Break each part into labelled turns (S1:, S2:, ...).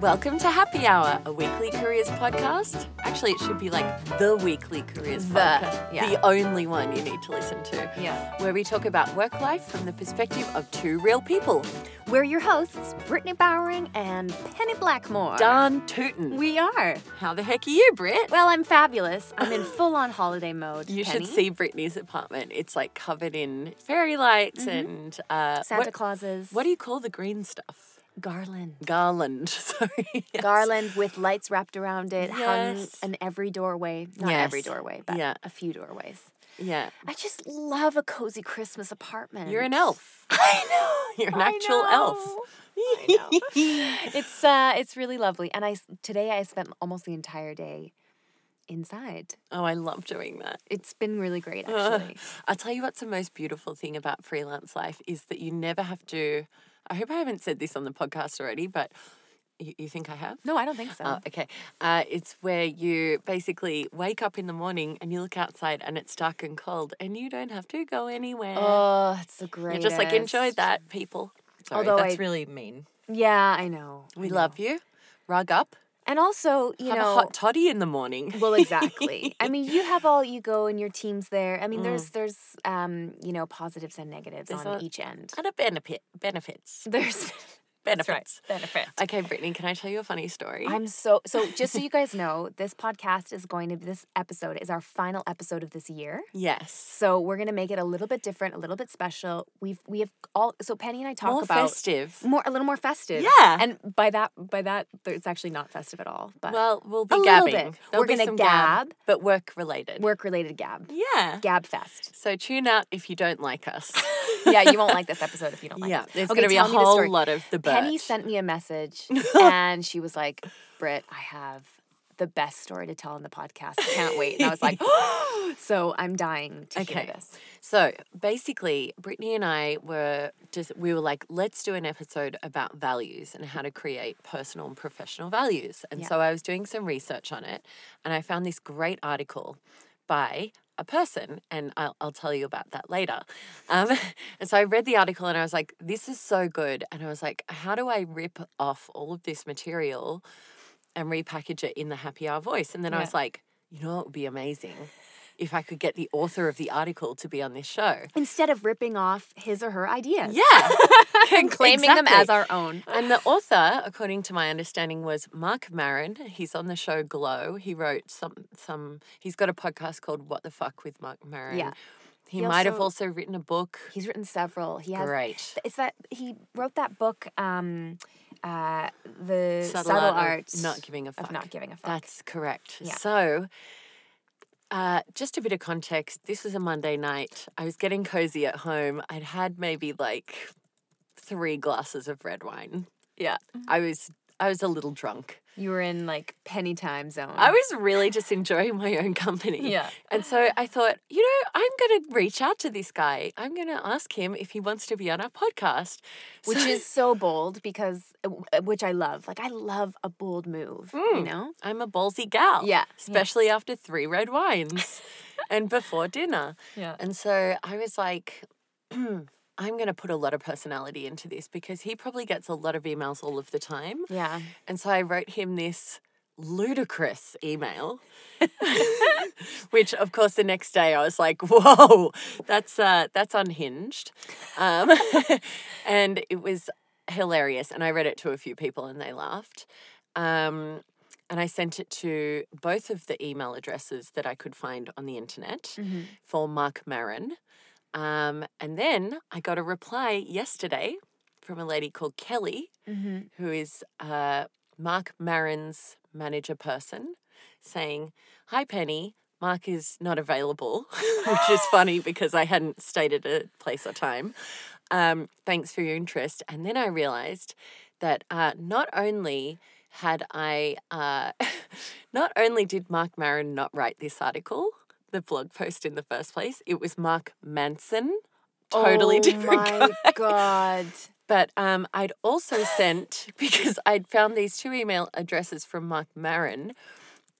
S1: Welcome to Happy Hour, a weekly careers podcast. Actually, it should be like the weekly careers
S2: The,
S1: podcast,
S2: yeah.
S1: the only one you need to listen to.
S2: Yeah.
S1: Where we talk about work life from the perspective of two real people.
S2: We're your hosts, Brittany Bowering and Penny Blackmore.
S1: Darn tootin'.
S2: We are.
S1: How the heck are you, Britt?
S2: Well, I'm fabulous. I'm in full on holiday mode.
S1: You
S2: Penny.
S1: should see Brittany's apartment. It's like covered in fairy lights and uh,
S2: Santa
S1: what,
S2: Claus's
S1: What do you call the green stuff?
S2: garland.
S1: Garland. Sorry. yes.
S2: Garland with lights wrapped around it,
S1: Yes.
S2: hung in every doorway. Not every
S1: Yes.
S2: doorway, but
S1: Yeah.
S2: a few doorways.
S1: Yeah.
S2: I just love a cozy Christmas apartment.
S1: You're an elf.
S2: I know.
S1: You're an
S2: I
S1: actual elf.
S2: know. I know. it's uh, it's really lovely, and I s- today I spent almost the entire day inside.
S1: Oh, I love doing that.
S2: It's been really great,
S1: Ugh.
S2: actually.
S1: I'll tell you what's the most beautiful thing about freelance life is that you never have to. I hope I haven't said this on the podcast already, but you, you think I have?
S2: No, I don't think so.
S1: Oh, okay. Uh, it's where you basically wake up in the morning and you look outside and it's dark and cold and you don't have to go anywhere.
S2: oh, it's the
S1: You're
S2: greatest.
S1: just like, enjoy that, people. Sorry,
S2: Although
S1: that's
S2: I-
S1: really mean.
S2: Yeah, I know.
S1: We
S2: I know.
S1: love you. Rug up.
S2: And also, you
S1: have
S2: know,
S1: a hot toddy in the morning.
S2: well, exactly. I mean, you have all you go and your teams there. I mean, there's there's um, you know, positives and negatives
S1: Mm. There's
S2: on
S1: a-
S2: each end.
S1: and a benefit. Benefits.
S2: There's
S1: Benefits.
S2: benefit.
S1: Okay, Brittany, can I tell you a funny story?
S2: I'm so so. Just so you guys know, this podcast is going to this episode is our final episode of this year.
S1: yes.
S2: So we're gonna make it a little bit different, a little bit special. We've we have all so Penny and I talk
S1: More
S2: about Mm,
S1: festive.
S2: more a little more festive.
S1: Yeah.
S2: And by that by that it's actually not festive at all, but
S1: Well, we'll be
S2: a little
S1: gabbing.
S2: bit.
S1: There'll
S2: We're
S1: be
S2: gonna
S1: some
S2: gab.
S1: but work related.
S2: work related gab.
S1: yeah.
S2: Gab fest.
S1: So tune out if you don't like us.
S2: Yeah, you won't like this episode if you don't like
S1: yeah,
S2: this.
S1: there's
S2: Okay,
S1: going to be a
S2: tell me the
S1: whole
S2: story.
S1: lot of the bird.
S2: Penny sent me a message and she was like, Britt, I have the best story to tell on the podcast. Can't wait. And I was like, so I'm dying to
S1: Okay.
S2: hear this.
S1: So basically, Brittany and I were just, we were like, let's do an episode about values and how to create personal and professional values. And
S2: Yeah.
S1: so I was doing some research on it and I found this great article by a person, and I'll, I'll tell you about that later. Um, and so I read the article and I was like, this is so good. And I was like, how do I rip off all of this material and repackage it in the happy hour voice? And then I
S2: Yeah.
S1: was like, you know what would be amazing? If I could get the author of the article to be on this show.
S2: Instead of ripping off his or her ideas
S1: Yeah.
S2: and claiming them as our own.
S1: And the author, according to my understanding, was Mark Marin. He's on the show Glow. He wrote some some he's got a podcast called What the Fuck with Mark Marin.
S2: Yeah.
S1: He,
S2: He
S1: might have also
S2: also-
S1: written a book.
S2: He's written several. He has
S1: Great.
S2: it's that he wrote that book, um, uh, the subtle, art
S1: of not giving a fuck.
S2: of not giving a fuck.
S1: That's correct.
S2: Yeah.
S1: So uh, just a bit of context. This was a Monday night. I was getting cozy at home. I'd had maybe like three glasses of red wine. Yeah.
S2: Mm-hmm.
S1: I was I was a little drunk.
S2: you were in like penny time zone.
S1: I was really just enjoying my own company.
S2: Yeah.
S1: And so I thought, you know, I'm going to reach out to this guy. I'm going to ask him if he wants to be on our podcast.
S2: which
S1: So-
S2: is so bold because uh, which I love. Like I love a bold move, you know?
S1: I'm a ballsy gal.
S2: Yeah, yeah.
S1: Especially after three red wines and before dinner.
S2: Yeah.
S1: And so I was like, I'm going to put a lot of personality into this because he probably gets a lot of emails all of the time.
S2: Yeah.
S1: And so I wrote him this ludicrous email, which of course the next day I was like, "Whoa, that's uh, that's unhinged," um, and it was hilarious. And I read it to a few people, and they laughed. Um, and I sent it to both of the email addresses that I could find on the internet
S2: Mm-hmm.
S1: for Mark Marin. Um, and then I got a reply yesterday from a lady called Kelly,
S2: Mm-hmm.
S1: who is uh, Mark Marin's manager person, saying, Hi, Penny. Mark is not available, which is funny because I hadn't stated a place or time. Um, thanks for your interest. And then I realized that uh, not only had I, uh, not only did Mark Marin not write this article, the blog post in the first place, it was Mark Manson, totally different
S2: Oh my
S1: guy.
S2: god.
S1: But um, I'd also sent because I'd found these two email addresses from Mark Marin,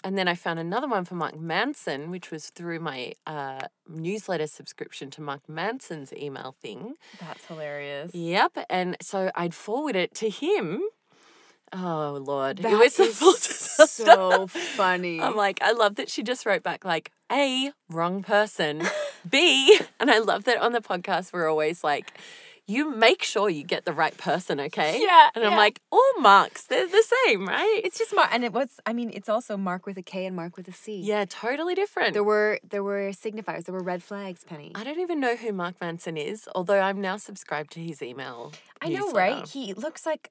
S1: and then I found another one for Mark Manson, which was through my uh, newsletter subscription to Mark Manson's email thing.
S2: That's hilarious.
S1: Yep, and so I'd forward it to him. Oh Lord,
S2: That
S1: who is the
S2: is
S1: full disaster?
S2: so funny.
S1: I'm like, I love that she just wrote back like, A, wrong person. B, and I love that on the podcast we're always like, you make sure you get the right person, okay?
S2: Yeah,
S1: And I'm
S2: yeah.
S1: like, all marks, they're the same, right?
S2: it's just Mark, and it was. I mean, it's also Mark with a K and Mark with a C.
S1: yeah, totally different.
S2: There were there were signifiers. There were red flags, Penny.
S1: I don't even know who Mark Manson is, although I'm now subscribed to his email.
S2: I know,
S1: newsletter.
S2: right? He looks like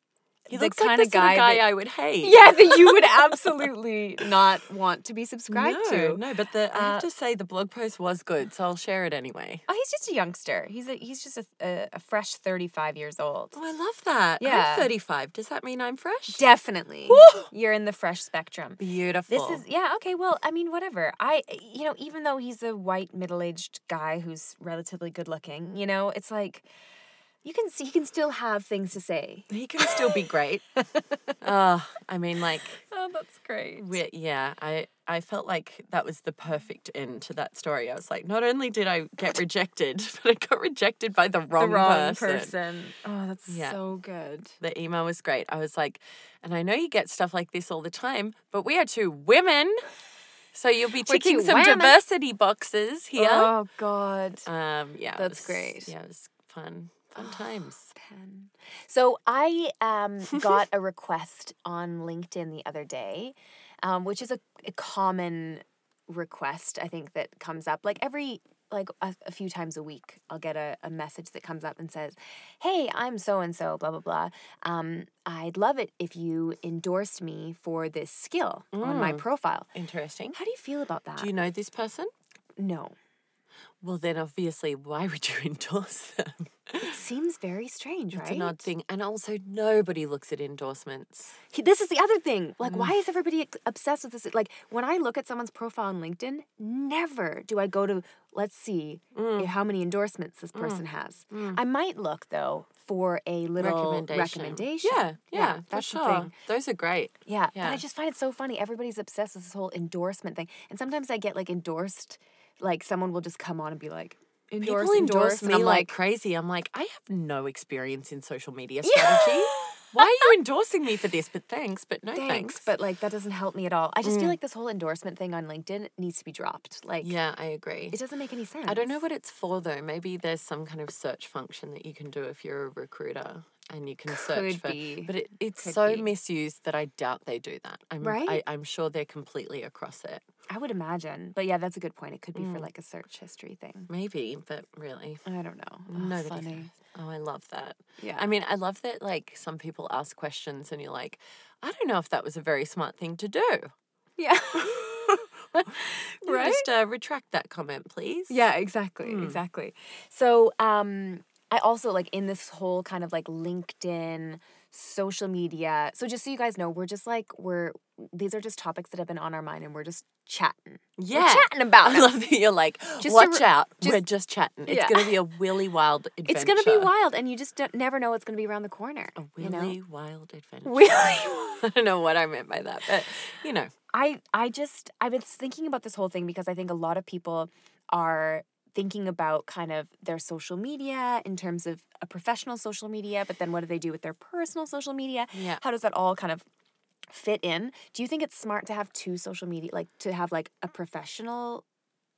S1: He
S2: the
S1: looks
S2: kind
S1: like the
S2: of guy,
S1: guy
S2: that,
S1: I would hate.
S2: yeah, that you would absolutely not want to be subscribed
S1: no,
S2: to.
S1: No, but the, I
S2: Uh,
S1: have to say the blog post was good, so I'll share it anyway.
S2: Oh, he's just a youngster. He's a, he's just a, a, a fresh thirty five years old.
S1: Oh, I love that.
S2: Yeah.
S1: I'm 35. Does that mean I'm fresh?
S2: Definitely,
S1: Woo!
S2: you're in the fresh spectrum. This
S1: Beautiful.
S2: is yeah okay. Well, I mean, whatever. I you know, even though he's a white middle aged guy who's relatively good looking, you know, it's like you can see he can still have things to say.
S1: He can still be great. oh, I mean, like,
S2: Oh, that's great.
S1: we yeah, I, I felt like that was the perfect end to that story. I was like, not only did I get rejected, but I got rejected by the wrong,
S2: the wrong
S1: person.
S2: person. Oh, that's
S1: Yeah.
S2: so good.
S1: The email was great. I was like, and I know you get stuff like this all the time, but we are two women. So you'll be
S2: We're
S1: ticking
S2: two
S1: some
S2: women.
S1: diversity boxes here.
S2: Oh God.
S1: Um, yeah. it
S2: That's
S1: was-
S2: great.
S1: Yeah, it was fun. Fun times.
S2: Pen. So I um, got a request on LinkedIn the other day, um, which is a, a common request I think that comes up like every like a, a few times a week. I'll get a, a message that comes up and says, "Hey, I'm so and so, blah blah blah. Um, I'd love it if you endorsed me for this skill on my profile."
S1: Interesting.
S2: How do you feel about that?
S1: Mm. Do you know this person?
S2: no,
S1: Well, then obviously, why would you endorse them?
S2: it seems very strange,
S1: It's
S2: right?
S1: an odd thing. And also, nobody looks at endorsements.
S2: He- this is the other thing. Like,
S1: Mm.
S2: why is everybody ex- obsessed with this? Like, when I look at someone's profile on LinkedIn, never do I go to, let's see
S1: Mm.
S2: i- how many endorsements this person has. I might look, though, for a little recommendation.
S1: Yeah, yeah, for
S2: that's
S1: sure.
S2: the thing.
S1: Those are great.
S2: Yeah, but I
S1: Yeah.
S2: just find it so funny. Everybody's obsessed with this whole endorsement thing. And sometimes I get, like, endorsed, like, someone will just come on and be like, endorse,
S1: People endorse,
S2: endorse.
S1: me
S2: and I'm
S1: like,
S2: like,
S1: crazy. I'm like, I have no experience in social media strategy. Why are you endorsing me for this? But thanks, but no
S2: thanks,
S1: thanks. Mm.
S2: but, like, that doesn't help me at all. I just feel like this whole endorsement thing on LinkedIn needs to be dropped. Like,
S1: yeah, I agree.
S2: It doesn't make any sense.
S1: I don't know what it's for though. Maybe there's some kind of search function that you can do if you're a recruiter and you can search
S2: Could
S1: for.
S2: be.
S1: But it, it's
S2: Could
S1: so
S2: be.
S1: misused that I doubt they do that. I'm,
S2: Right?
S1: I, I'm sure they're completely across it.
S2: I would imagine. But yeah, that's a good point. It could be for
S1: Mm.
S2: like a search history thing.
S1: Maybe, but really,
S2: I don't know. Oh,
S1: nobody.
S2: funny.
S1: Funny. Oh, I love that.
S2: Yeah.
S1: I mean, I love that. Like some people ask questions, and you're like, I don't know if that was a very smart thing to do.
S2: Yeah.
S1: Can you Just uh, retract that comment, please.
S2: Yeah, exactly.
S1: Hmm.
S2: Exactly. So um I also like in this whole kind of like LinkedIn social media. So just so you guys know, we're just like we're these are just topics that have been on our mind and we're just chatting. We're
S1: Yeah.
S2: chatting about
S1: I
S2: them.
S1: love that you're like,
S2: Just a
S1: watch
S2: re-
S1: out.
S2: just-
S1: We're just chatting. It's
S2: Yeah.
S1: going to be a willy wild adventure.
S2: It's gonna be wild and you just don't, never know what's gonna be around the corner.
S1: A
S2: you
S1: willy
S2: know?
S1: wild adventure.
S2: Willy
S1: I don't know what I meant by that, but you know.
S2: I I just I've been thinking about this whole thing because I think a lot of people are thinking about kind of their social media in terms of a professional social media, but then what do they do with their personal social media?
S1: Yeah.
S2: How does that all kind of fit in? Do you think it's smart to have two social media like to have like a professional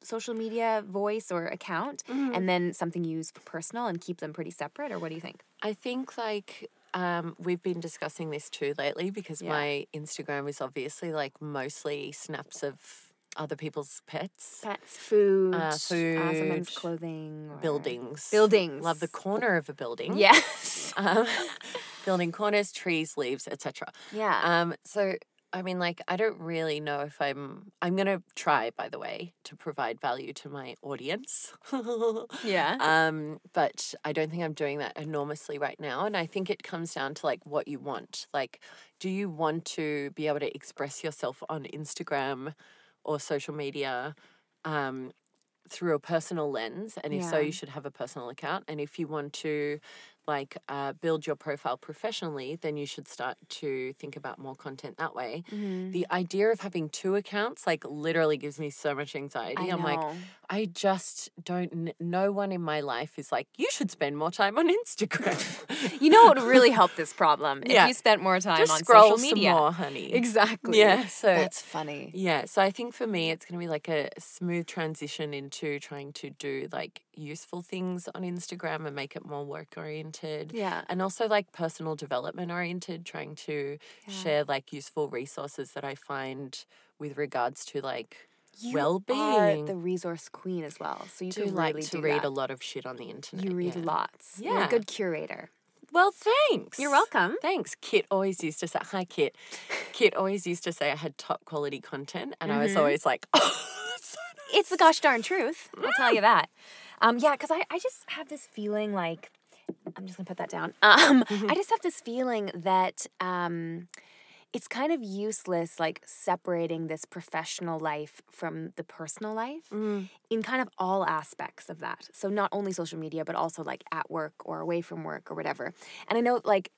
S2: social media voice or account and then something you use for personal and keep them pretty separate or what do you think?
S1: I think like um, we've been discussing this too lately because
S2: Yeah.
S1: my Instagram is obviously like mostly snaps of other people's pets,
S2: Pets, food,
S1: Uh,
S2: sometimes
S1: food,
S2: clothing, or-
S1: buildings.
S2: Buildings.
S1: Love the corner of a building.
S2: Yes.
S1: Um, building corners, trees, leaves, etc.
S2: Yeah.
S1: Um, so I mean, like, I don't really know if I'm. I'm gonna try, by the way, to provide value to my audience.
S2: Yeah.
S1: um, but I don't think I'm doing that enormously right now, and I think it comes down to like what you want. Like, do you want to be able to express yourself on Instagram or social media? Um, through a personal lens, and if so,
S2: Yeah.
S1: you should have a personal account. And if you want to like uh, build your profile professionally, then you should start to think about more content that way.
S2: Mm-hmm. Mm.
S1: The idea of having two accounts like literally gives me so much anxiety. I'm like, I just don't. kn- No one in my life is like, you should spend more time on Instagram.
S2: you know what would really help this problem
S1: Yeah.
S2: if you spent more time
S1: just
S2: on
S1: scroll
S2: social media.
S1: some more, honey.
S2: Exactly.
S1: Yeah, so-
S2: that's funny.
S1: Yeah, so I think for me, it's going to be like a smooth transition into trying to do like useful things on Instagram and make it more work oriented.
S2: Yeah.
S1: And also like personal development oriented, trying to
S2: Yeah.
S1: share like useful resources that I find with regards to like
S2: You
S1: well-being.
S2: are the resource queen as well, so you
S1: do
S2: can
S1: like
S2: really
S1: to
S2: do
S1: read
S2: that.
S1: a lot of shit on the internet.
S2: You read
S1: yeah.
S2: lots. You're
S1: Yeah.
S2: a good curator.
S1: Well, thanks.
S2: You're welcome.
S1: Thanks. Kit always used to say, Hi, Kit. Kit always used to say I had top quality content, and I was
S2: Mhm.
S1: always like, Oh, that's so
S2: It's the gosh darn truth. I'll tell you that. Um, yeah, because I, I just have this feeling like, I'm just going to put that down. Um, I just have this feeling that um, it's kind of useless, like separating this professional life from the personal life
S1: Mm.
S2: in kind of all aspects of that. So, not only social media, but also like at work or away from work or whatever. And I know, like,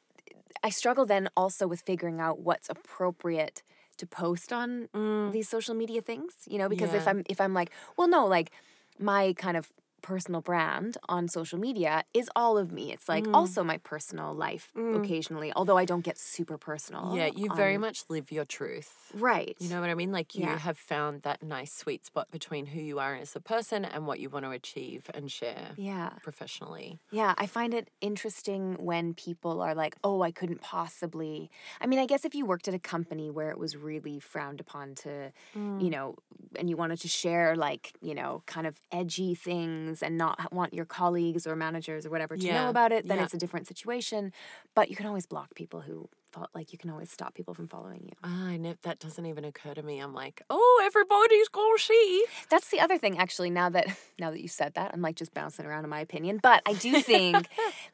S2: I struggle then also with figuring out what's appropriate to post on these social media things you know because if
S1: Mm. Yeah.
S2: i'm if i'm like well no like my kind of personal brand on social media is all of me it's like
S1: Mm.
S2: also my personal life occasionally although i don't get super personal
S1: Yeah, you very
S2: on-
S1: much live your truth.
S2: right
S1: You know what I mean? Like you
S2: Yeah.
S1: have found that nice sweet spot between who you are as a person and what you want to achieve and share
S2: yeah
S1: professionally.
S2: yeah i find it interesting when people are like oh i couldn't possibly i mean i guess if you worked at a company where it was really frowned upon to
S1: Mm.
S2: you know, and you wanted to share like, you know, kind of edgy things and not ha- want your colleagues or managers or whatever to
S1: Yeah,
S2: know about it, then
S1: yeah.
S2: it's a different situation. But you can always block people who, fo- like, you can always stop people from following you.
S1: Ah, I know that doesn't even occur to me. I'm like, oh, everybody's gonna see.
S2: That's the other thing, actually. Now that now that you said that, I'm like just bouncing around in my opinion, but I do think,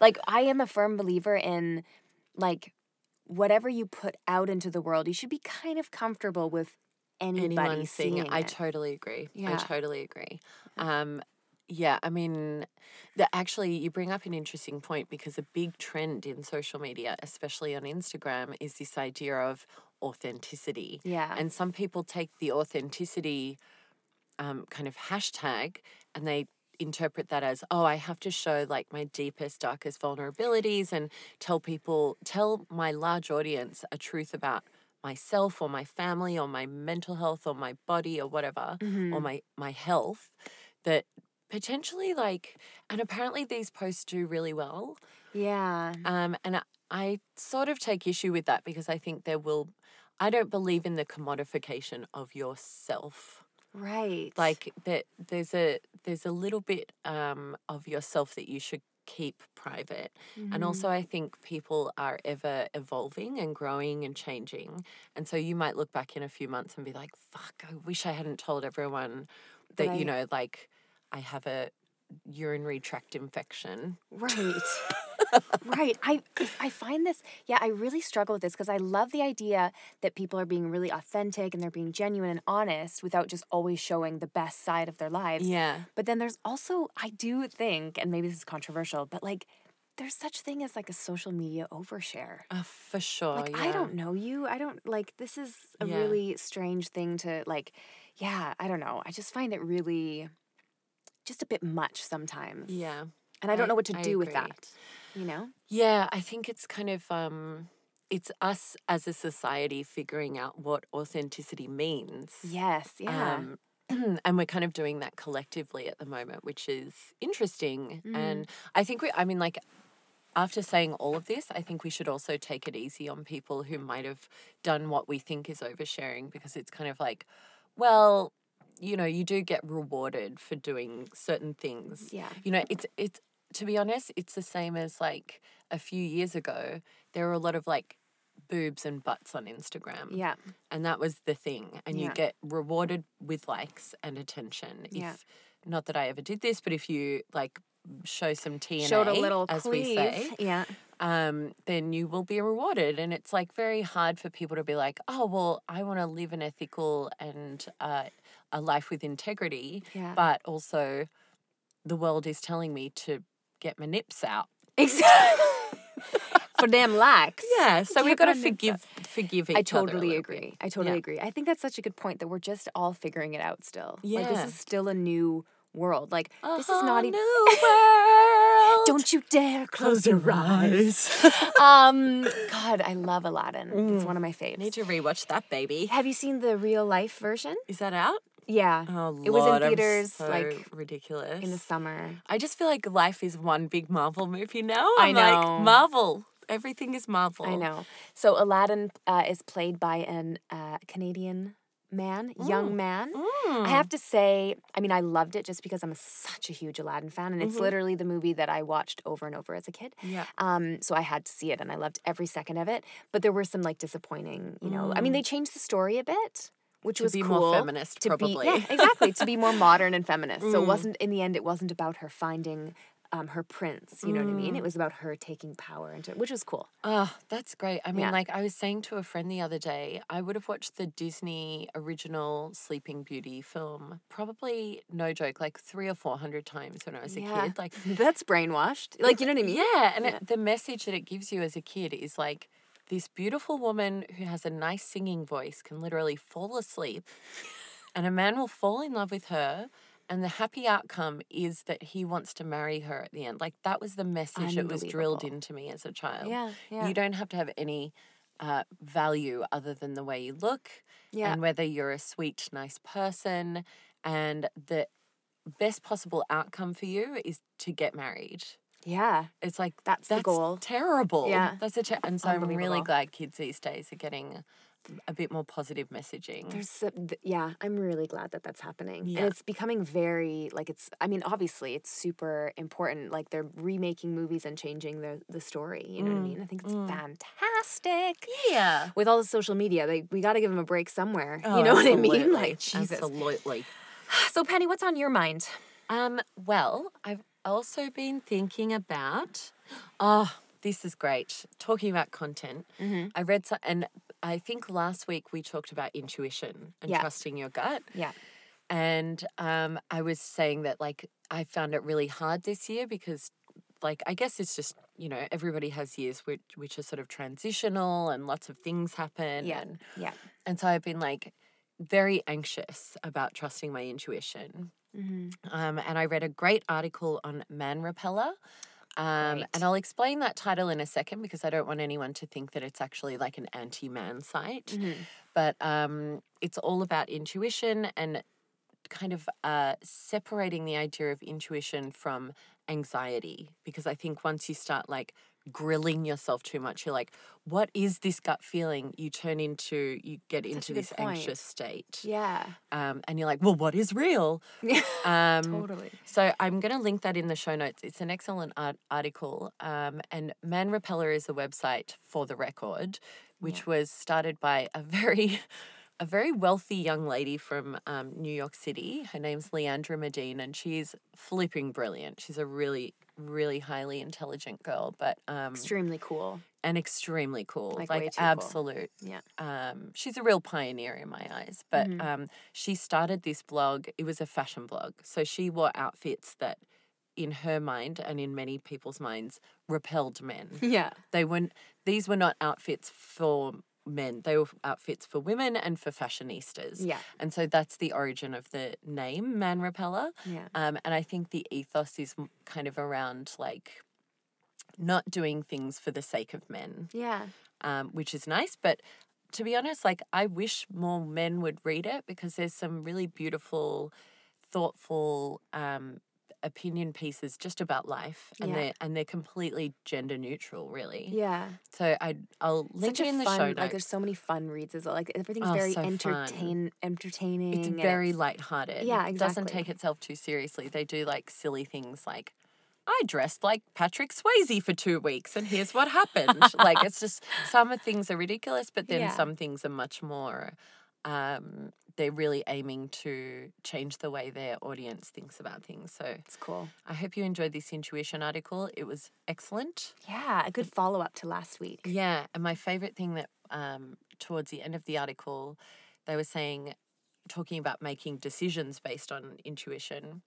S2: like, I am a firm believer in, like, whatever you put out into the world, you should be kind of comfortable with anybody
S1: Anyone
S2: seeing
S1: seeing it. I
S2: it.
S1: totally agree. I
S2: Yeah.
S1: totally agree. Um, yeah, I mean, the, actually, you bring up an interesting point because a big trend in social media, especially on Instagram, is this idea of authenticity.
S2: yeah.
S1: And some people take the authenticity um, kind of hashtag and they interpret that as, oh, I have to show like my deepest, darkest vulnerabilities and tell people, tell my large audience a truth about myself or my family or my mental health or my body or whatever
S2: Mhm.
S1: or my my health that potentially like and apparently these posts do really well
S2: yeah.
S1: um, and I, I sort of take issue with that because I think there will, I don't believe in the commodification of yourself.
S2: Right.
S1: Like that, there's a there's a little bit um, of yourself that you should keep private.
S2: Mm-hmm.
S1: And also, I think people are ever evolving and growing and changing. And so you might look back in a few months and be like, "Fuck, I wish I hadn't told everyone that
S2: I-
S1: you know, like, I have a." urinary tract infection.
S2: Right. right. I if I find this, yeah, I really struggle with this because I love the idea that people are being really authentic and they're being genuine and honest without just always showing the best side of their lives.
S1: Yeah.
S2: But then there's also I do think, and maybe this is controversial, but like there's such thing as like a social media overshare.
S1: Uh, for sure.
S2: Like
S1: yeah.
S2: I don't know you. I don't like this is a
S1: Yeah.
S2: really strange thing to like yeah, I don't know. I just find it really just a bit much sometimes.
S1: Yeah.
S2: And I don't know what to do with
S1: agree.
S2: that, you know?
S1: Yeah, I think it's kind of um it's us as a society figuring out what authenticity means.
S2: Yes, yeah.
S1: Um, and we're kind of doing that collectively at the moment, which is interesting.
S2: Mm.
S1: And I think we I mean like after saying all of this, I think we should also take it easy on people who might have done what we think is oversharing because it's kind of like, well, you know, you do get rewarded for doing certain things
S2: yeah.
S1: you know it's it's to be honest it's the same as like a few years ago there were a lot of like boobs and butts on instagram
S2: Yeah.
S1: and that was the thing and you
S2: Yeah.
S1: get rewarded with likes and attention if
S2: Yeah.
S1: not that i ever did this but if you like show some TNA,
S2: Showed a little
S1: as we
S2: cleave.
S1: say
S2: Yeah.
S1: um, then you will be rewarded. And it's like very hard for people to be like, oh, well, I want to live an ethical and uh, a life with integrity,
S2: Yeah.
S1: but also the world is telling me to get my nips out.
S2: Exactly. For them lacks.
S1: Yeah, so we've
S2: Keep
S1: got to
S2: on the-
S1: forgive forgive each
S2: I
S1: other a
S2: totally
S1: little bit.
S2: agree. I totally
S1: Yeah.
S2: agree. I think that's such a good point that we're just all figuring it out still. Like
S1: Yeah.
S2: this is still a new world. Like this is not even
S1: Uh-huh, world.
S2: Don't you dare close your eyes. um God, I love Aladdin. It's one of my faves.
S1: Need to rewatch that baby.
S2: Have you seen the real life version?
S1: Is that out?
S2: Yeah.
S1: Oh,
S2: It was in
S1: Lord, I'm
S2: theaters,
S1: so
S2: like,
S1: ridiculous.
S2: In the summer.
S1: I just feel like life is one big Marvel movie now.
S2: I
S1: I'm
S2: know.
S1: like Marvel. Everything is Marvel.
S2: I know. So Aladdin uh, is played by an uh, Canadian man,
S1: Mm.
S2: young man. I have to say, I mean, I loved it just because I'm such a huge Aladdin fan, and it's literally the movie that I watched over and over as a kid.
S1: Mm-hmm. Yeah.
S2: Um, so I had to see it, and I loved every second of it. But there were some like disappointing, you know. I mean, they changed the story a bit, which was
S1: Mm. be
S2: cool.
S1: more feminist,
S2: to
S1: probably. Mm.
S2: Be, yeah, exactly. to be more modern and feminist. So it wasn't in the end. It wasn't about her finding. Um, her prince, you know what I
S1: Mm.
S2: mean? It was about her taking power into which was cool.
S1: Oh, that's great. I mean,
S2: Yeah.
S1: like I was saying to a friend the other day, I would have watched the Disney original Sleeping Beauty film probably, no joke, like three or four hundred times when I was
S2: Yeah.
S1: a kid. Like,
S2: That's brainwashed. Like, you know what I mean?
S1: yeah. And It, the message that it gives you as a kid is like, this beautiful woman who has a nice singing voice can literally fall asleep, and a man will fall in love with her. And the happy outcome is that he wants to marry her at the end. Like, that was the message that was drilled
S2: Unbelievable.
S1: into me as a child.
S2: Yeah, yeah.
S1: You don't have to have any uh, value other than the way you look
S2: Yeah.
S1: and whether you're a sweet, nice person. And the best possible outcome for you is to get married.
S2: Yeah.
S1: It's like
S2: That's the goal.
S1: Terrible.
S2: Yeah.
S1: That's a ter- and so I'm really
S2: Unbelievable.
S1: glad kids these days are getting a bit more positive messaging.
S2: There's so- th- yeah, I'm really glad that that's happening.
S1: Yeah.
S2: And it's becoming very like it's I mean, obviously it's super important like they're remaking movies and changing the the story, you know what I mean? I think it's fantastic.
S1: yeah.
S2: With all the social media, they, we got to give them a break somewhere. you know what I mean? Like Jesus.
S1: Oh, Absolutely.
S2: So Penny, what's on your mind?
S1: Um, well, I've also been thinking about. Oh, this is great. Talking about content, I read so, and I think last week we talked about intuition and
S2: Yeah.
S1: trusting your gut.
S2: Yeah.
S1: And um, I was saying that like I found it really hard this year because like I guess it's just you know everybody has years which which are sort of transitional and lots of things happen.
S2: Yeah.
S1: And,
S2: Yeah.
S1: and so I've been like very anxious about trusting my intuition
S2: Mm-hmm.
S1: um, and I read a great article on Man Repeller. Um,
S2: Great.
S1: and I'll explain that title in a second because I don't want anyone to think that it's actually like an anti man site.
S2: Mm-hmm.
S1: But um, it's all about intuition and kind of uh, separating the idea of intuition from anxiety. Because I think once you start like grilling yourself too much, you're like, what is this gut feeling? You turn into, you get
S2: Such a
S1: into
S2: good
S1: this
S2: point.
S1: anxious state.
S2: Yeah.
S1: Um, and you're like, well, what is real?
S2: Yeah.
S1: Um,
S2: totally.
S1: so I'm going to link that in the show notes. It's an excellent art- article. Um, and Man Repeller is a website for the record, which was started by a very, a very wealthy young lady from um, New York City. Her name's Leandra Medine, and she's flipping brilliant. She's a really, really highly intelligent girl, but um,
S2: Extremely cool.
S1: and extremely cool,
S2: Like,
S1: like,
S2: way too cool.
S1: absolute
S2: Yeah. Mm-hmm.
S1: um, she's a real pioneer in my eyes. But um, she started this blog. It was a fashion blog, so she wore outfits that, in her mind and in many people's minds, repelled men.
S2: Yeah.
S1: They were these were not outfits for men. They were outfits for women and for fashionistas.
S2: Yeah.
S1: And so that's the origin of the name Man Repeller.
S2: Yeah.
S1: Um, and I think the ethos is m- kind of around like not doing things for the sake of men
S2: Yeah.
S1: um, which is nice. But to be honest, like I wish more men would read it because there's some really beautiful, thoughtful um, opinion pieces just about life, and
S2: Yeah.
S1: they're and they're completely gender neutral, really.
S2: Yeah.
S1: So I I'll link
S2: Such
S1: it
S2: a
S1: in the
S2: fun,
S1: show notes.
S2: Like there's so many fun reads as well. Like everything's
S1: Oh,
S2: very
S1: so fun.
S2: entertain entertaining.
S1: it's
S2: and
S1: very lighthearted.
S2: Yeah,
S1: It Doesn't
S2: exactly.
S1: take itself too seriously. They do like silly things like. I dressed like Patrick Swayze for two weeks, and here's what happened. like it's just some of things are ridiculous, but then
S2: Yeah.
S1: some things are much more. Um, they're really aiming to change the way their audience thinks about things. So
S2: it's cool.
S1: I hope you enjoyed this intuition article. It was excellent.
S2: Yeah, a good follow up to last week.
S1: Yeah, and my favorite thing that um, towards the end of the article, they were saying, talking about making decisions based on intuition,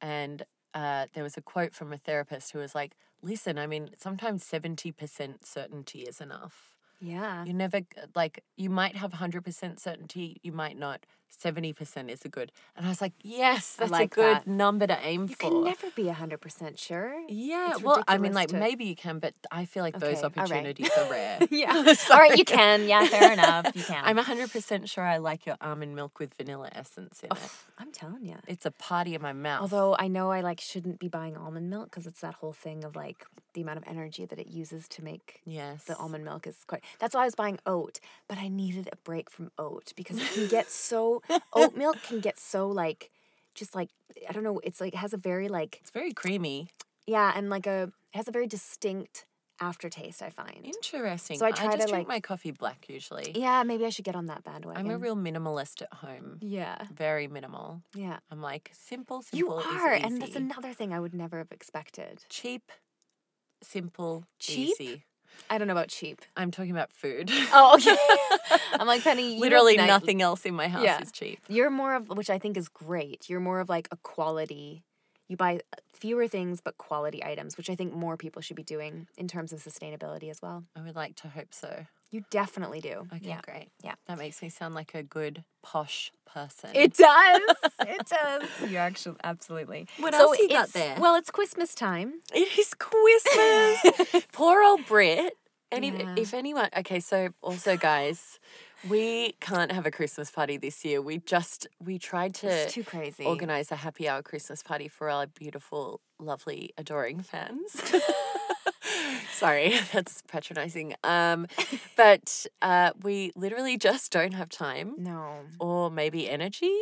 S1: and uh, there was a quote from a therapist who was like, "Listen, I mean, sometimes seventy percent certainty is enough.
S2: Yeah.
S1: You never g- like you might have hundred percent certainty, you might not. Seventy percent is a good." And I was like, "Yes,
S2: I
S1: that's
S2: like
S1: a good
S2: that.
S1: number to aim
S2: You
S1: for."
S2: can never be 100% sure.
S1: yeah,
S2: it's
S1: well, I mean,
S2: ridiculous
S1: like
S2: to-
S1: maybe you can, but I feel like those
S2: Okay, all right.
S1: opportunities are rare.
S2: Yeah. All right, you can. Yeah, fair enough. You can.
S1: I'm 100% sure I like your almond milk with vanilla essence in it.
S2: I'm telling you.
S1: It's a party in my mouth.
S2: Although I know I like shouldn't be buying almond milk because it's that whole thing of like the amount of energy that it uses to make
S1: yes.
S2: the almond milk is quite. That's why I was buying oat, but I needed a break from oat because it can get so oat milk can get so like just like I don't know. It's like has a very like
S1: It's very creamy.
S2: yeah, and like a it has a very distinct aftertaste. I find.
S1: Interesting.
S2: So I try
S1: just
S2: to,
S1: drink
S2: like-
S1: my coffee black usually.
S2: Yeah, maybe I should get on that bandwagon.
S1: I'm a real minimalist at home.
S2: yeah
S1: Very minimal.
S2: yeah.
S1: I'm like simple,
S2: You
S1: simple. is
S2: are, and that's
S1: easy.
S2: another thing I would never have expected.
S1: cheap, simple,
S2: Cheap?
S1: easy.
S2: I don't know about cheap.
S1: I'm talking about food.
S2: Oh, okay. I'm like Penny. you're
S1: Literally
S2: ni-
S1: nothing else in my house
S2: Yeah.
S1: is cheap.
S2: You're more of which I think is great. You're more of like a quality. You buy uh, fewer things but quality items, which I think more people should be doing in terms of sustainability as well.
S1: I would like to hope so.
S2: You definitely do.
S1: Okay,
S2: Yeah.
S1: great.
S2: Yeah.
S1: That makes me sound like a good posh person.
S2: It does. it does. You actually absolutely.
S1: What else you got
S2: it's-
S1: there?
S2: Well, it's Christmas time.
S1: It is Christmas. Poor old Brit. Any,
S2: Yeah.
S1: If anyone, okay, so also, guys, we can't have a Christmas party this year. We just, we tried to
S2: It's too crazy.
S1: organize a happy hour Christmas party for our beautiful, lovely, adoring fans. Sorry, that's patronizing. Um, but uh, we literally just don't have time
S2: No.
S1: or maybe energy.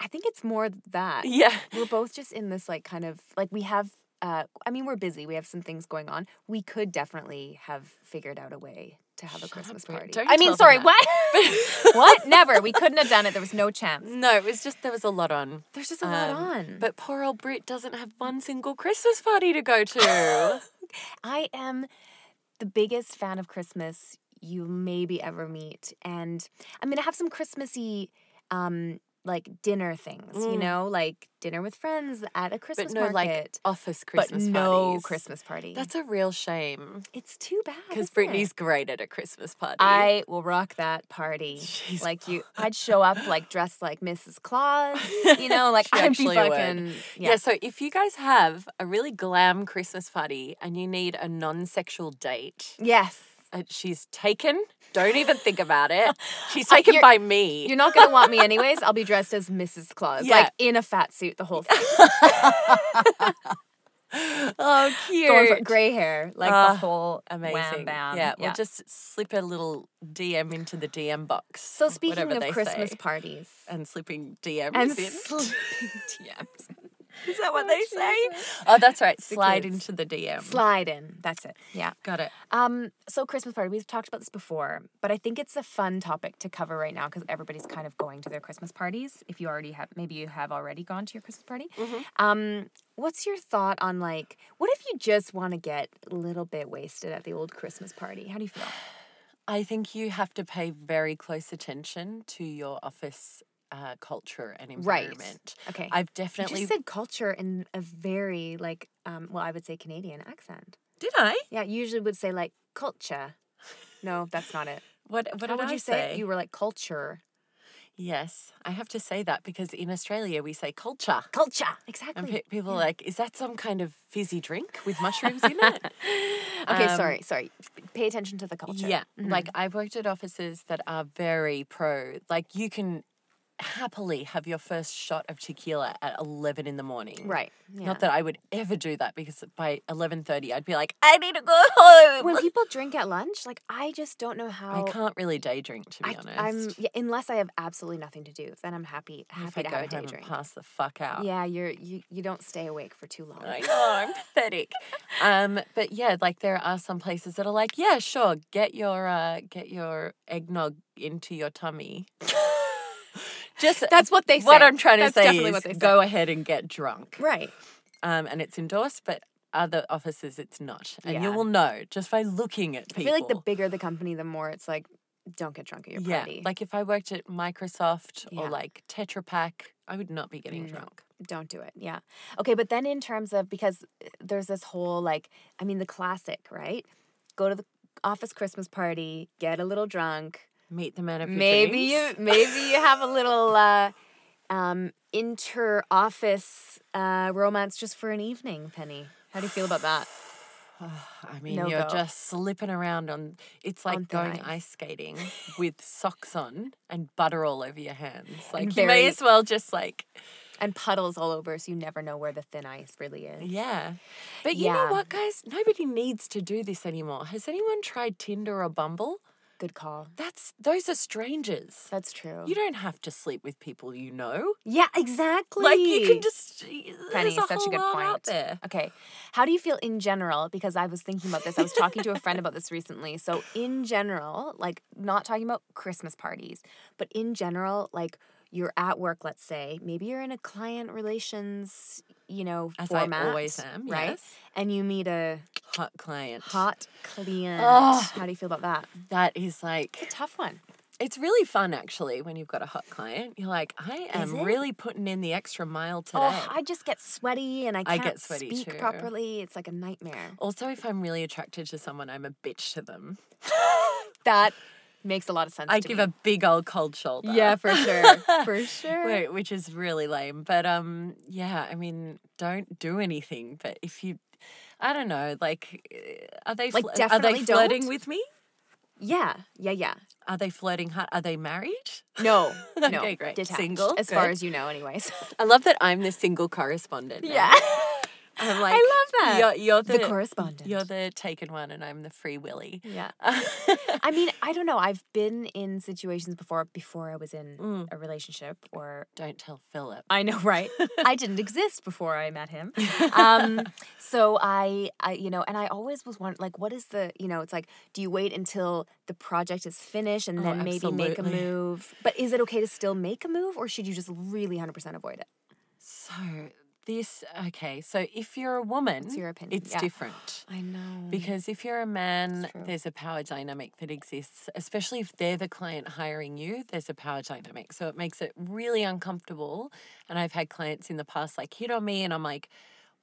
S2: I think it's more that.
S1: Yeah.
S2: we're both just in this like kind of like we have uh i mean we're busy we have some things going on we could definitely have figured out a way to have
S1: Shut
S2: a christmas
S1: up, Brit.
S2: party
S1: Don't
S2: i
S1: tell
S2: mean
S1: them
S2: sorry
S1: that.
S2: what what never we couldn't have done it there was no chance
S1: No, it was just, there was Mm, a lot on.
S2: there's just a lot
S1: Um,
S2: on
S1: But poor old Brit doesn't have one single Christmas party to go to.
S2: i am the biggest fan of christmas you maybe ever meet and i'm gonna have some christmassy um like dinner things you
S1: Mm.
S2: know like dinner with friends at a christmas
S1: no, like,
S2: market
S1: Office Christmas
S2: but no
S1: parties.
S2: christmas party
S1: That's a real shame
S2: it's too bad
S1: because
S2: isn't it?
S1: Brittany's great at a Christmas party.
S2: I will rock that party.
S1: She's
S2: like you, I'd show up like dressed like Mrs. Claus. You know, like
S1: She
S2: I'd be
S1: actually would.
S2: fucking
S1: yeah.
S2: yeah.
S1: So if you guys have a really glam Christmas party and you need a non-sexual date,
S2: Yes,
S1: uh, she's taken. Don't even think about it. She's
S2: Uh,
S1: taken
S2: you're-
S1: by me.
S2: you're not gonna want me anyways. I'll be dressed as Mrs. Claus,
S1: Yeah.
S2: like in a fat suit, the whole thing,
S1: oh,
S2: going for
S1: cute.
S2: gray hair, like
S1: Ah,
S2: the whole amazing.
S1: Amazing.
S2: Wham, bam.
S1: Yeah, We'll just slip a little DM into the DM box.
S2: so speaking
S1: whatever
S2: of
S1: they
S2: Christmas
S1: say.
S2: parties
S1: and slipping DMs
S2: and
S1: in.
S2: slipping DMs,
S1: Is that what
S2: Oh,
S1: they say? Oh, that's right.
S2: The
S1: Slide
S2: kids.
S1: into the DM.
S2: slide in. That's it. Yeah.
S1: Got it.
S2: Um, so Christmas party, we've talked about this before, but I think it's a fun topic to cover right now because everybody's kind of going to their Christmas parties. If you already have, maybe you have already gone to your Christmas party.
S1: Mm-hmm.
S2: Um, what's your thought on like, what if you just want to get a little bit wasted at the old Christmas party? How do you feel?
S1: I think you have to pay very close attention to your office uh, culture and
S2: Right.
S1: environment.
S2: Okay.
S1: I've
S2: you
S1: definitely
S2: just said culture in a very like, um, well, I would say Canadian accent.
S1: did. I
S2: Yeah, you usually would say like culture. No, that's not it.
S1: what? What
S2: How
S1: did
S2: would
S1: I
S2: you say?
S1: say?
S2: it? You were like culture.
S1: Yes, I have to say that because in Australia we say culture,
S2: Culture.
S1: and
S2: Exactly.
S1: pe- people are like, "Is that some kind of fizzy drink with mushrooms in it?"
S2: Okay,
S1: Um,
S2: sorry, sorry. P- Pay attention to the culture.
S1: Yeah. Like I've worked at offices that are very pro. Like you can happily have your first shot of tequila at 11 in the morning.
S2: Right. Yeah.
S1: Not that I would ever do that because by 11:30 I'd be like I need to go home.
S2: when people drink at lunch, like I just don't know how.
S1: I can't really day drink to be honest.
S2: am yeah, unless I have absolutely nothing to do, then I'm happy
S1: if I
S2: happy to
S1: go
S2: have a
S1: home
S2: day
S1: and
S2: drink.
S1: pass the fuck out.
S2: Yeah, you're you you don't stay awake for too long.
S1: I know, I'm pathetic. Um, but yeah, like there are some places that are like, yeah, sure, get your uh, get your eggnog into your tummy. Just
S2: That's what they say.
S1: what I'm trying to
S2: That's
S1: say
S2: definitely
S1: is
S2: what they say.
S1: go ahead and get drunk.
S2: Right.
S1: Um, and it's endorsed, but other offices it's not. And
S2: Yeah.
S1: you will know just by looking at people.
S2: I feel like the bigger the company, the more it's like don't get drunk at your
S1: yeah.
S2: party.
S1: Like if I worked at Microsoft
S2: Yeah.
S1: or like Tetra Pak, I would not be getting
S2: Mm.
S1: drunk.
S2: don't do it. Yeah. Okay, but then in terms of because eh, there's this whole like I mean the classic, right? Go to the office Christmas party, get a little drunk.
S1: Meet the man of your
S2: Maybe you
S1: dreams.
S2: maybe you have a little uh um inter office uh romance just for an evening, Penny. How do you feel about that?
S1: I mean,
S2: No
S1: you're
S2: go.
S1: just slipping around on. It's like
S2: On thin
S1: going
S2: ice.
S1: ice. skating with socks on and butter all over your hands. Like you
S2: very-
S1: may as well just like
S2: And puddles all over so you never know where the thin ice really is.
S1: yeah. But you
S2: Yeah.
S1: know what, guys? Nobody needs to do this anymore. Has anyone tried Tinder or Bumble?
S2: Good call.
S1: That's those are strangers.
S2: That's true.
S1: You don't have to sleep with people you know.
S2: yeah, exactly.
S1: Like you can just
S2: Penny,
S1: there's a
S2: such a
S1: whole
S2: good
S1: lot
S2: point.
S1: out there.
S2: Okay. How do you feel in general? Because I was thinking about this. I was talking to a friend about this recently. So, in general, like not talking about Christmas parties, but in general, like you're at work, let's say, maybe you're in a client relations, you know,
S1: As
S2: format.
S1: I always am,
S2: right?
S1: yes.
S2: And you meet a
S1: Hot client.
S2: hot client.
S1: Ugh.
S2: How do you feel about that?
S1: That is like
S2: Tough one.
S1: It's really fun actually when you've got a hot client. You're like, I
S2: Is it?
S1: am really putting in the extra mile today.
S2: Oh, I just get sweaty and I
S1: I get
S2: can't
S1: sweaty
S2: speak
S1: too.
S2: properly. It's like a nightmare.
S1: also, if I'm really attracted to someone, I'm a bitch to them.
S2: That makes a lot of sense.
S1: I
S2: to
S1: give
S2: me.
S1: a big old cold shoulder.
S2: Yeah, for sure. For sure.
S1: Wait, which is really lame. But um yeah, I mean, don't do anything, but if you I don't know, like eh, are they
S2: Like,
S1: fl- are
S2: definitely
S1: they flirting
S2: don't?
S1: with me?
S2: Yeah, yeah, yeah.
S1: Are they flirting hard? Are they married?
S2: No, no.
S1: Okay, great.
S2: Detached,
S1: Single,
S2: as far
S1: good.
S2: as you know, anyways.
S1: I love that I'm the single correspondent. now. I'm like
S2: love that.
S1: You're, you're
S2: the
S1: the
S2: correspondent.
S1: You're the taken one and I'm the free willy.
S2: yeah. I mean, I don't know. I've been in situations before before I was in
S1: Mm.
S2: a relationship or
S1: Don't tell Philip.
S2: I know, right? I didn't exist before I met him. Um, so I, I, you know, and I always was wondering, like, what is the, you know, it's like, do you wait until the project is finished and
S1: Oh,
S2: then maybe make a
S1: absolutely.
S2: move? But is it okay to still make a move, or should you just really hundred percent avoid it?
S1: So this okay, so if you're a woman,
S2: What's your opinion?
S1: it's
S2: Yeah.
S1: different.
S2: I know.
S1: Because if you're a man,
S2: true.
S1: there's a power dynamic that exists, especially if they're the client hiring you, there's a power dynamic. So it makes it really uncomfortable. And I've had clients in the past like hit on me and I'm like,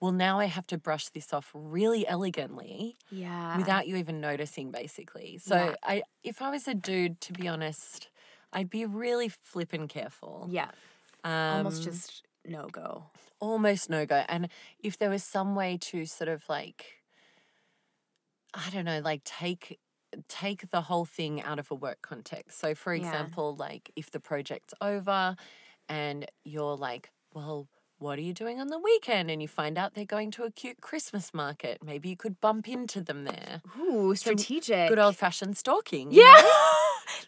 S1: well, now I have to brush this off really elegantly.
S2: yeah.
S1: without you even noticing basically so
S2: Ah. Yeah.
S1: i if i was a dude to be honest i'd be really flippin' careful
S2: yeah.
S1: um,
S2: Almost just no go.
S1: almost no go and if there was some way to sort of like i don't know like take take the whole thing out of a work context so for
S2: Yeah.
S1: example like if the project's over and you're like well what are you doing on the weekend and you find out they're going to a cute christmas market maybe you could bump into them there
S2: Ooh, strategic.
S1: good old fashioned stalking. you
S2: Yeah.
S1: know?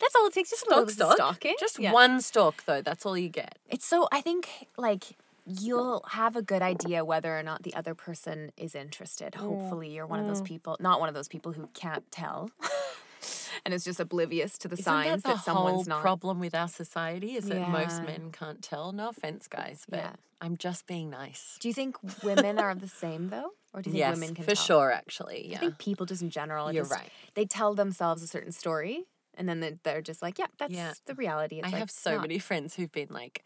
S2: That's all it takes. Just a
S1: Stalk,
S2: little bit
S1: stalk.
S2: of stalking.
S1: Just
S2: Yeah.
S1: one stalk, though. That's all you get.
S2: It's so I think like you'll have a good idea whether or not the other person is interested.
S1: Mm.
S2: Hopefully, you're one of those people, not one of those people who can't tell, and is just oblivious to the
S1: Isn't
S2: signs
S1: that the
S2: that, someone's
S1: whole
S2: not.
S1: problem with our society is that most
S2: Yeah.
S1: men can't tell. No offense, guys, but
S2: Yeah.
S1: I'm just being nice.
S2: do you think women are the same though, or do you think
S1: Yes,
S2: women can
S1: for
S2: tell?
S1: sure. Actually,
S2: I
S1: yeah,
S2: think people just in general. are
S1: you're
S2: just-
S1: right.
S2: They tell themselves a certain story, and then they- they're just like, "Yeah, that's
S1: Yeah.
S2: the reality." It's
S1: I
S2: like,
S1: have so
S2: not-
S1: many friends who've been like,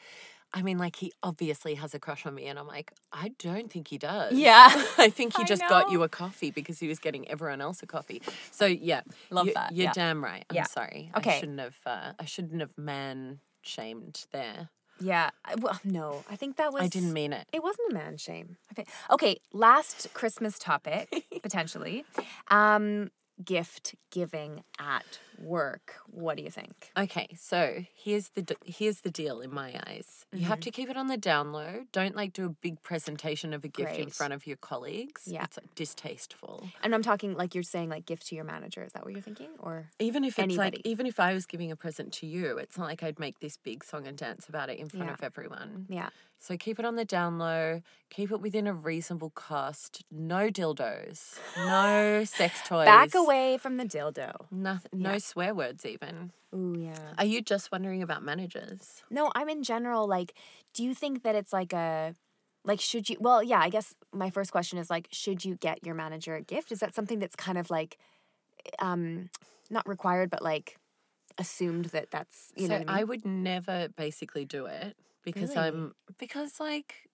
S1: I mean, like he obviously has a crush on me, and I'm like, I don't think he does.
S2: Yeah.
S1: I think he
S2: I
S1: just got
S2: know.
S1: you a coffee because he was getting everyone else a coffee. So yeah,
S2: Love
S1: you-
S2: that,
S1: You're
S2: yeah.
S1: damn right. I'm
S2: Yeah.
S1: sorry.
S2: Okay.
S1: I shouldn't have. Uh, I shouldn't have man shamed there.
S2: Yeah. I- Well, no, I think that was.
S1: I didn't mean it.
S2: It wasn't a man shame. I think- Okay, last Christmas topic potentially, um, gift giving at work. What do you think?
S1: Okay, so here's the d- here's the deal in my eyes. You
S2: Mm-hmm.
S1: have to keep it on the down low. Don't like do a big presentation of a gift in
S2: Great.
S1: front of your colleagues.
S2: Yeah.
S1: It's distasteful.
S2: And I'm talking like you're saying like gift to your manager. Is that what you're thinking? Or
S1: Even if it's
S2: Anybody.
S1: like, even if I was giving a present to you, it's not like I'd make this big song and dance about it in front
S2: Yeah.
S1: of everyone.
S2: yeah,
S1: So keep it on the down low, keep it within a reasonable cost. No dildos, no sex toys.
S2: back away from the dildo.
S1: Nothing, no swear words even.
S2: Ooh yeah.
S1: Are you just wondering about managers?
S2: No, I'm in general like do you think that it's like a like should you well yeah, I guess my first question is like should you get your manager a gift? Is that something that's kind of like um not required but like assumed that that's you
S1: so
S2: know what I
S1: I
S2: mean?
S1: would never basically do it because
S2: Really?
S1: I'm because like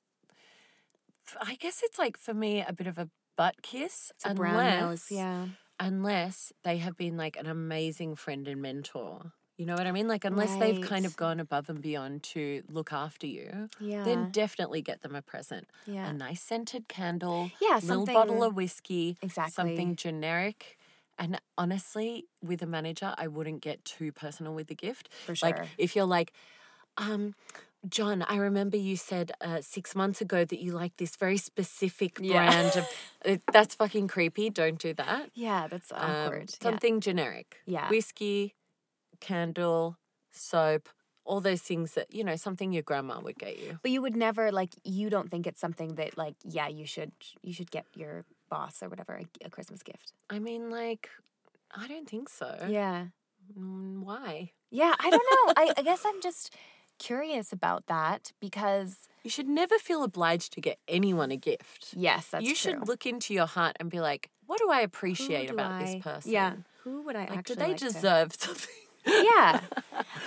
S1: f- I guess it's like for me a bit of a butt kiss
S2: It's a brown nose, yeah.
S1: unless they have been like an amazing friend and mentor. You know what I mean? Like unless they've kind of
S2: Right.
S1: gone above and beyond to look after you,
S2: Yeah.
S1: then definitely get them a present.
S2: yeah.
S1: A nice scented candle,
S2: yeah,
S1: little
S2: something
S1: bottle of whiskey,
S2: exactly.
S1: something generic. And honestly, with a manager, I wouldn't get too personal with the gift.
S2: for sure.
S1: Like if you're like, um, John, I remember you said uh, six months ago that you like this very specific
S2: Yeah.
S1: brand of. it- That's fucking creepy. Don't do that.
S2: yeah, that's
S1: Um,
S2: awkward. Yeah.
S1: something generic.
S2: yeah.
S1: Whiskey, candle, soap, all those things that you know, something your grandma would get you.
S2: But you would never like you don't think it's something that like yeah you should you should get your boss or whatever a, a Christmas gift.
S1: I mean, like, I don't think so.
S2: Yeah.
S1: Mm, why?
S2: Yeah, I don't know. I, I guess I'm just curious about that because
S1: You should never feel obliged to get anyone a gift.
S2: yes, that's
S1: you
S2: true.
S1: should look into your heart and be like, what do I
S2: Who
S1: appreciate
S2: do
S1: about
S2: I-
S1: this person?
S2: Yeah, who would I
S1: Like,
S2: actually
S1: do they
S2: like to-
S1: deserve something?
S2: yeah.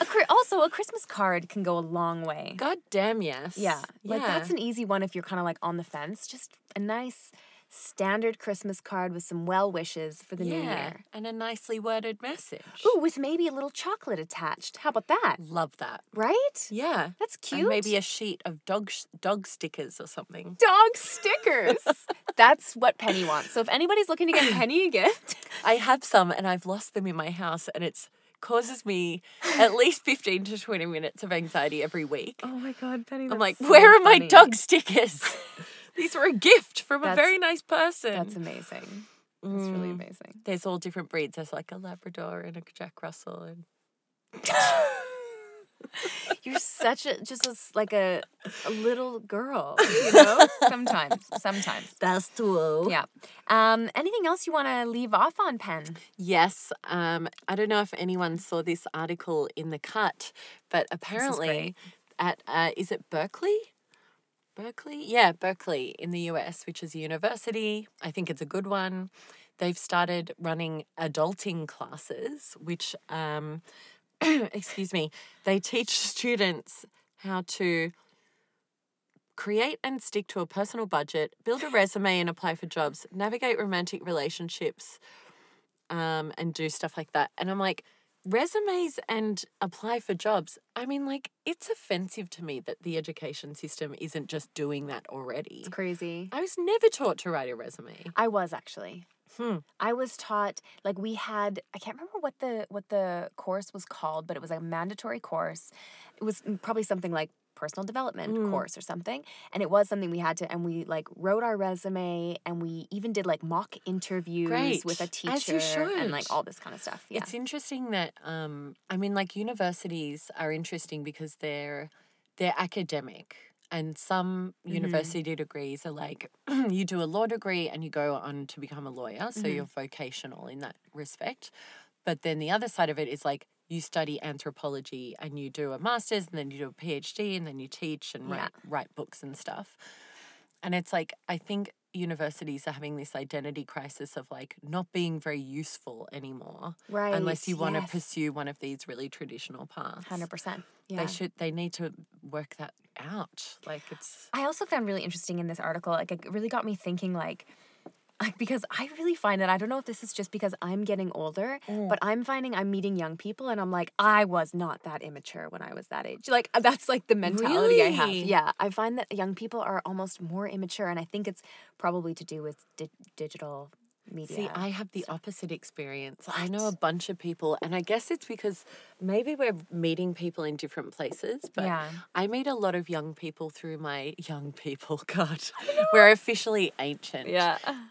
S2: A, cri- also, a Christmas card can go a long way.
S1: God damn yes.
S2: Yeah, like
S1: yeah.
S2: that's an easy one if you're kind of like on the fence. Just a nice standard Christmas card with some well wishes for the
S1: yeah.
S2: new year.
S1: And a nicely worded message.
S2: Ooh, with maybe a little chocolate attached. How about that?
S1: Love that.
S2: Right?
S1: Yeah.
S2: That's cute.
S1: And maybe a sheet of dog sh- dog stickers or something.
S2: dog stickers. That's what Penny wants. So if anybody's looking to get Penny a gift,
S1: I have some and I've lost them in my house and it's causes me at least 15 to 20 minutes of anxiety every week.
S2: oh my god, Penny!
S1: I'm like, where are my dog stickers? These were a gift from a
S2: That's-
S1: very nice person.
S2: That's amazing. That's really
S1: Mm.
S2: amazing.
S1: There's all different breeds. There's like a Labrador and a Jack Russell and
S2: You're such a just as like a, a little girl, you know. sometimes, sometimes.
S1: that's two.
S2: Yeah. Um. Anything else you want to leave off on, Pen?
S1: Yes. Um, I don't know if anyone saw this article in the cut, but apparently,
S2: great.
S1: at uh, is it Berkeley? Berkeley, yeah, Berkeley in the US, which is a university. I think it's a good one. They've started running adulting classes, which, um, excuse me, they teach students how to create and stick to a personal budget, build a resume and apply for jobs, navigate romantic relationships, um, and do stuff like that. And I'm like, resumes and apply for jobs. I mean, like, it's offensive to me that the education system isn't just doing that already.
S2: It's crazy.
S1: I was never taught to write a resume.
S2: I was actually.
S1: Hmm.
S2: I was taught like we had I can't remember what the what the course was called, but it was a mandatory course. It was m- probably something like personal development
S1: Mm.
S2: course or something. And it was something we had to and we like wrote our resume and we even did like mock interviews with a
S1: Great, as you
S2: teacher and like
S1: should.
S2: all this kind of stuff. Yeah.
S1: It's interesting that um, I mean, like universities are interesting because they're they're academic, and some
S2: Mhm.
S1: university degrees are like you do a law degree and you go on to become a lawyer, so
S2: Mhm.
S1: you're vocational in that respect. But then the other side of it is like you study anthropology and you do a master's and then you do a PhD and then you teach and
S2: Yeah.
S1: write write books and stuff. And it's like, I think universities are having this identity crisis of like not being very useful anymore
S2: right.
S1: unless you want to
S2: yes.
S1: pursue one of these really traditional paths.
S2: 100%. Yeah.
S1: They should, they need to work that out. Like it's,
S2: I also found really interesting in this article, like it really got me thinking like like because I really find that I don't know if this is just because I'm getting older,
S1: Mm.
S2: but I'm finding I'm meeting young people and I'm like, I was not that immature when I was that age. Like that's like the mentality I have.
S1: Really?
S2: Yeah. I find that young people are almost more immature and I think it's probably to do with di- digital media.
S1: See, I have the opposite experience. I know a
S2: Oh, What?
S1: bunch of people, and I guess it's because maybe we're meeting people in different places, but
S2: Yeah.
S1: I meet a lot of young people through my young people. God, we're officially ancient.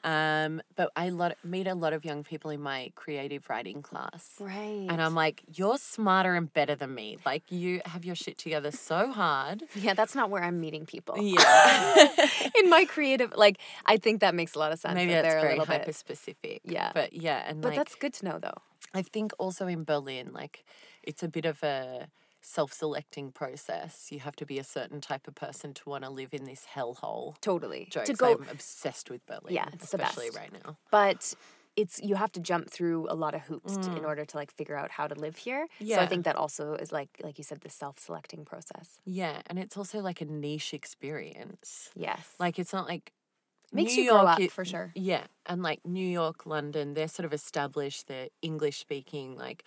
S1: Um, but I lot meet a lot of young people in my creative writing class.
S2: Right.
S1: And I'm like, you're smarter and better than me. Like you have your shit together so hard.
S2: yeah, that's not where I'm meeting people.
S1: Yeah.
S2: in my creative like I think that makes a lot of sense.
S1: Maybe
S2: that
S1: that's
S2: they're
S1: very
S2: a little
S1: hyper
S2: bit
S1: specific.
S2: Yeah.
S1: But yeah, and
S2: But
S1: like
S2: that's good to know though.
S1: I think also in Berlin, like it's a bit of a self selecting process. You have to be a certain type of person to want to live in this hellhole.
S2: Totally.
S1: Jokes.
S2: To go
S1: I'm obsessed with Berlin.
S2: Yeah, it's the
S1: especially
S2: best.
S1: right now.
S2: but it's you have to jump through a lot of hoops t- in
S1: Mm.
S2: order to like figure out how to live here. So I
S1: Yeah.
S2: think that also is like like you said the self-selecting process.
S1: Yeah, and it's also like a niche experience.
S2: Yes.
S1: Like it's not like
S2: makes
S1: New
S2: you grow
S1: York
S2: up
S1: it-
S2: for sure.
S1: yeah, and like New York, London, they're sort of established. They're English speaking. Like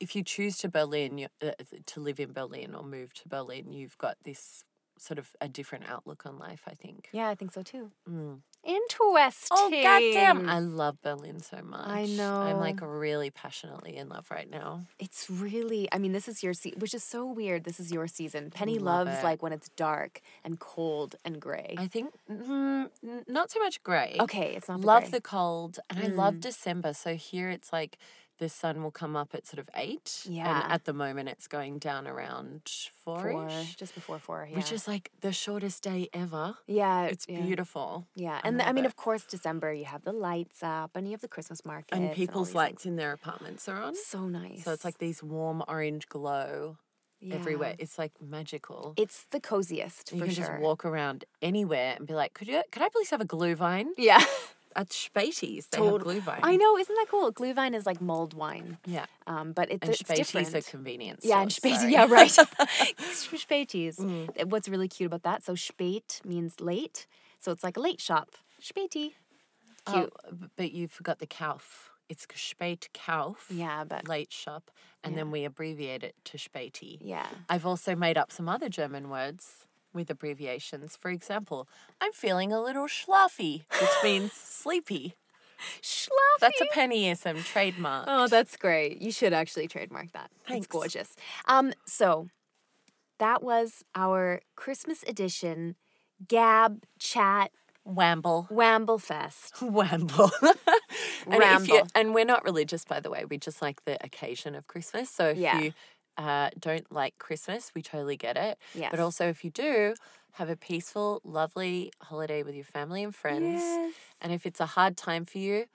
S1: if you choose to Berlin you- uh, to live in Berlin or move to Berlin, you've got this sort of a different outlook on life. I think.
S2: Yeah, I think so too.
S1: Mm.
S2: Interesting. Uh,
S1: Oh goddamn! I love Berlin so much. I'm like
S2: know.
S1: really passionately in love right now.
S2: It's really, I mean, this is your season, which is so weird. This is your season. Penny
S1: Love
S2: loves
S1: it.
S2: like when it's dark and cold and gray.
S1: I think mm, n- not so much grey.
S2: okay, it's not the Mm.
S1: love
S2: gray.
S1: the cold and I love December. So here it's like the sun will come up at sort of eight.
S2: Yeah.
S1: And at the moment it's going down around four,
S2: four, just before four. Yeah,
S1: which is like the shortest day ever.
S2: yeah,
S1: It's
S2: yeah,
S1: beautiful.
S2: Yeah, and the, I
S1: love
S2: mean,
S1: it.
S2: of course, December you have the lights up and you have the Christmas market
S1: And people's
S2: like
S1: lights in their apartments are on.
S2: so nice.
S1: So it's like these warm orange glow everywhere.
S2: Yeah.
S1: It's like magical.
S2: It's the coziest
S1: you
S2: for
S1: can
S2: sure.
S1: just walk around anywhere and be like, could you could I please have a glue vine?
S2: Yeah,
S1: At Spatie's, they
S2: Tot-
S1: have glue vine.
S2: I know. Isn't that cool? Glühwein is like mulled wine,
S1: Yeah.
S2: um, but it,
S1: And
S2: it's different.
S1: Spatie's a convenience.
S2: Yeah, and
S1: store,
S2: spät.
S1: sorry. Mm.
S2: Yeah, right. Spätis. What's really cute about that? So spät means late. So it's like a late shop. Späti. Cute.
S1: Oh, b- but you forgot the Kauf. It's Spät Kauf.
S2: Yeah, but
S1: Late shop. And then we abbreviate it to Späti.
S2: yeah.
S1: I've also made up some other German words with abbreviations. For example, I'm feeling a little schlaffy, which means sleepy.
S2: Schlaffy.
S1: That's a pennyism trademark.
S2: oh, that's great. You should actually trademark that. It's
S1: Thanks.
S2: gorgeous. Um, so that was our Christmas edition Gab Chat
S1: Wamble.
S2: Wamble Fest.
S1: Wamble. and, if you,
S2: Ramble.
S1: and we're not religious, by the way. We just like the occasion of Christmas. So if
S2: Yeah.
S1: you uh, don't like Christmas, we totally get it.
S2: Yes.
S1: But also, if you do, have a peaceful, lovely holiday with your family and friends.
S2: Yes.
S1: And if it's a hard time for you,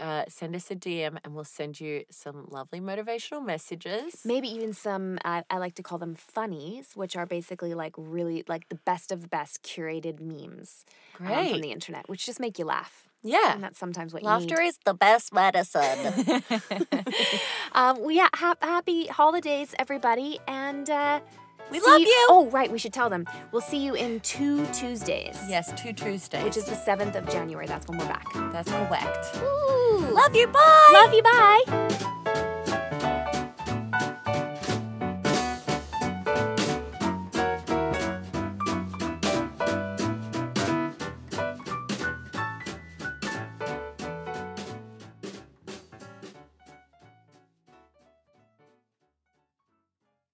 S1: uh, send us a DM and we'll send you some lovely motivational messages.
S2: Maybe even some, uh, I like to call them funnies, which are basically like really like the best of the best curated memes um, from
S1: Great.
S2: the internet, which just make you laugh.
S1: yeah.
S2: And that's sometimes what
S1: Laughter
S2: you
S1: is the best medicine.
S2: need. Um, we ha- ha- happy holidays, everybody, and uh,
S1: We
S2: see
S1: love you.
S2: Oh, right, we should tell them. We'll see you in two Tuesdays.
S1: yes, two Tuesdays.
S2: Which is the seventh of January. That's when we're back.
S1: that's correct.
S2: Ooh.
S1: E Love you. Bye.
S2: Love you. Bye.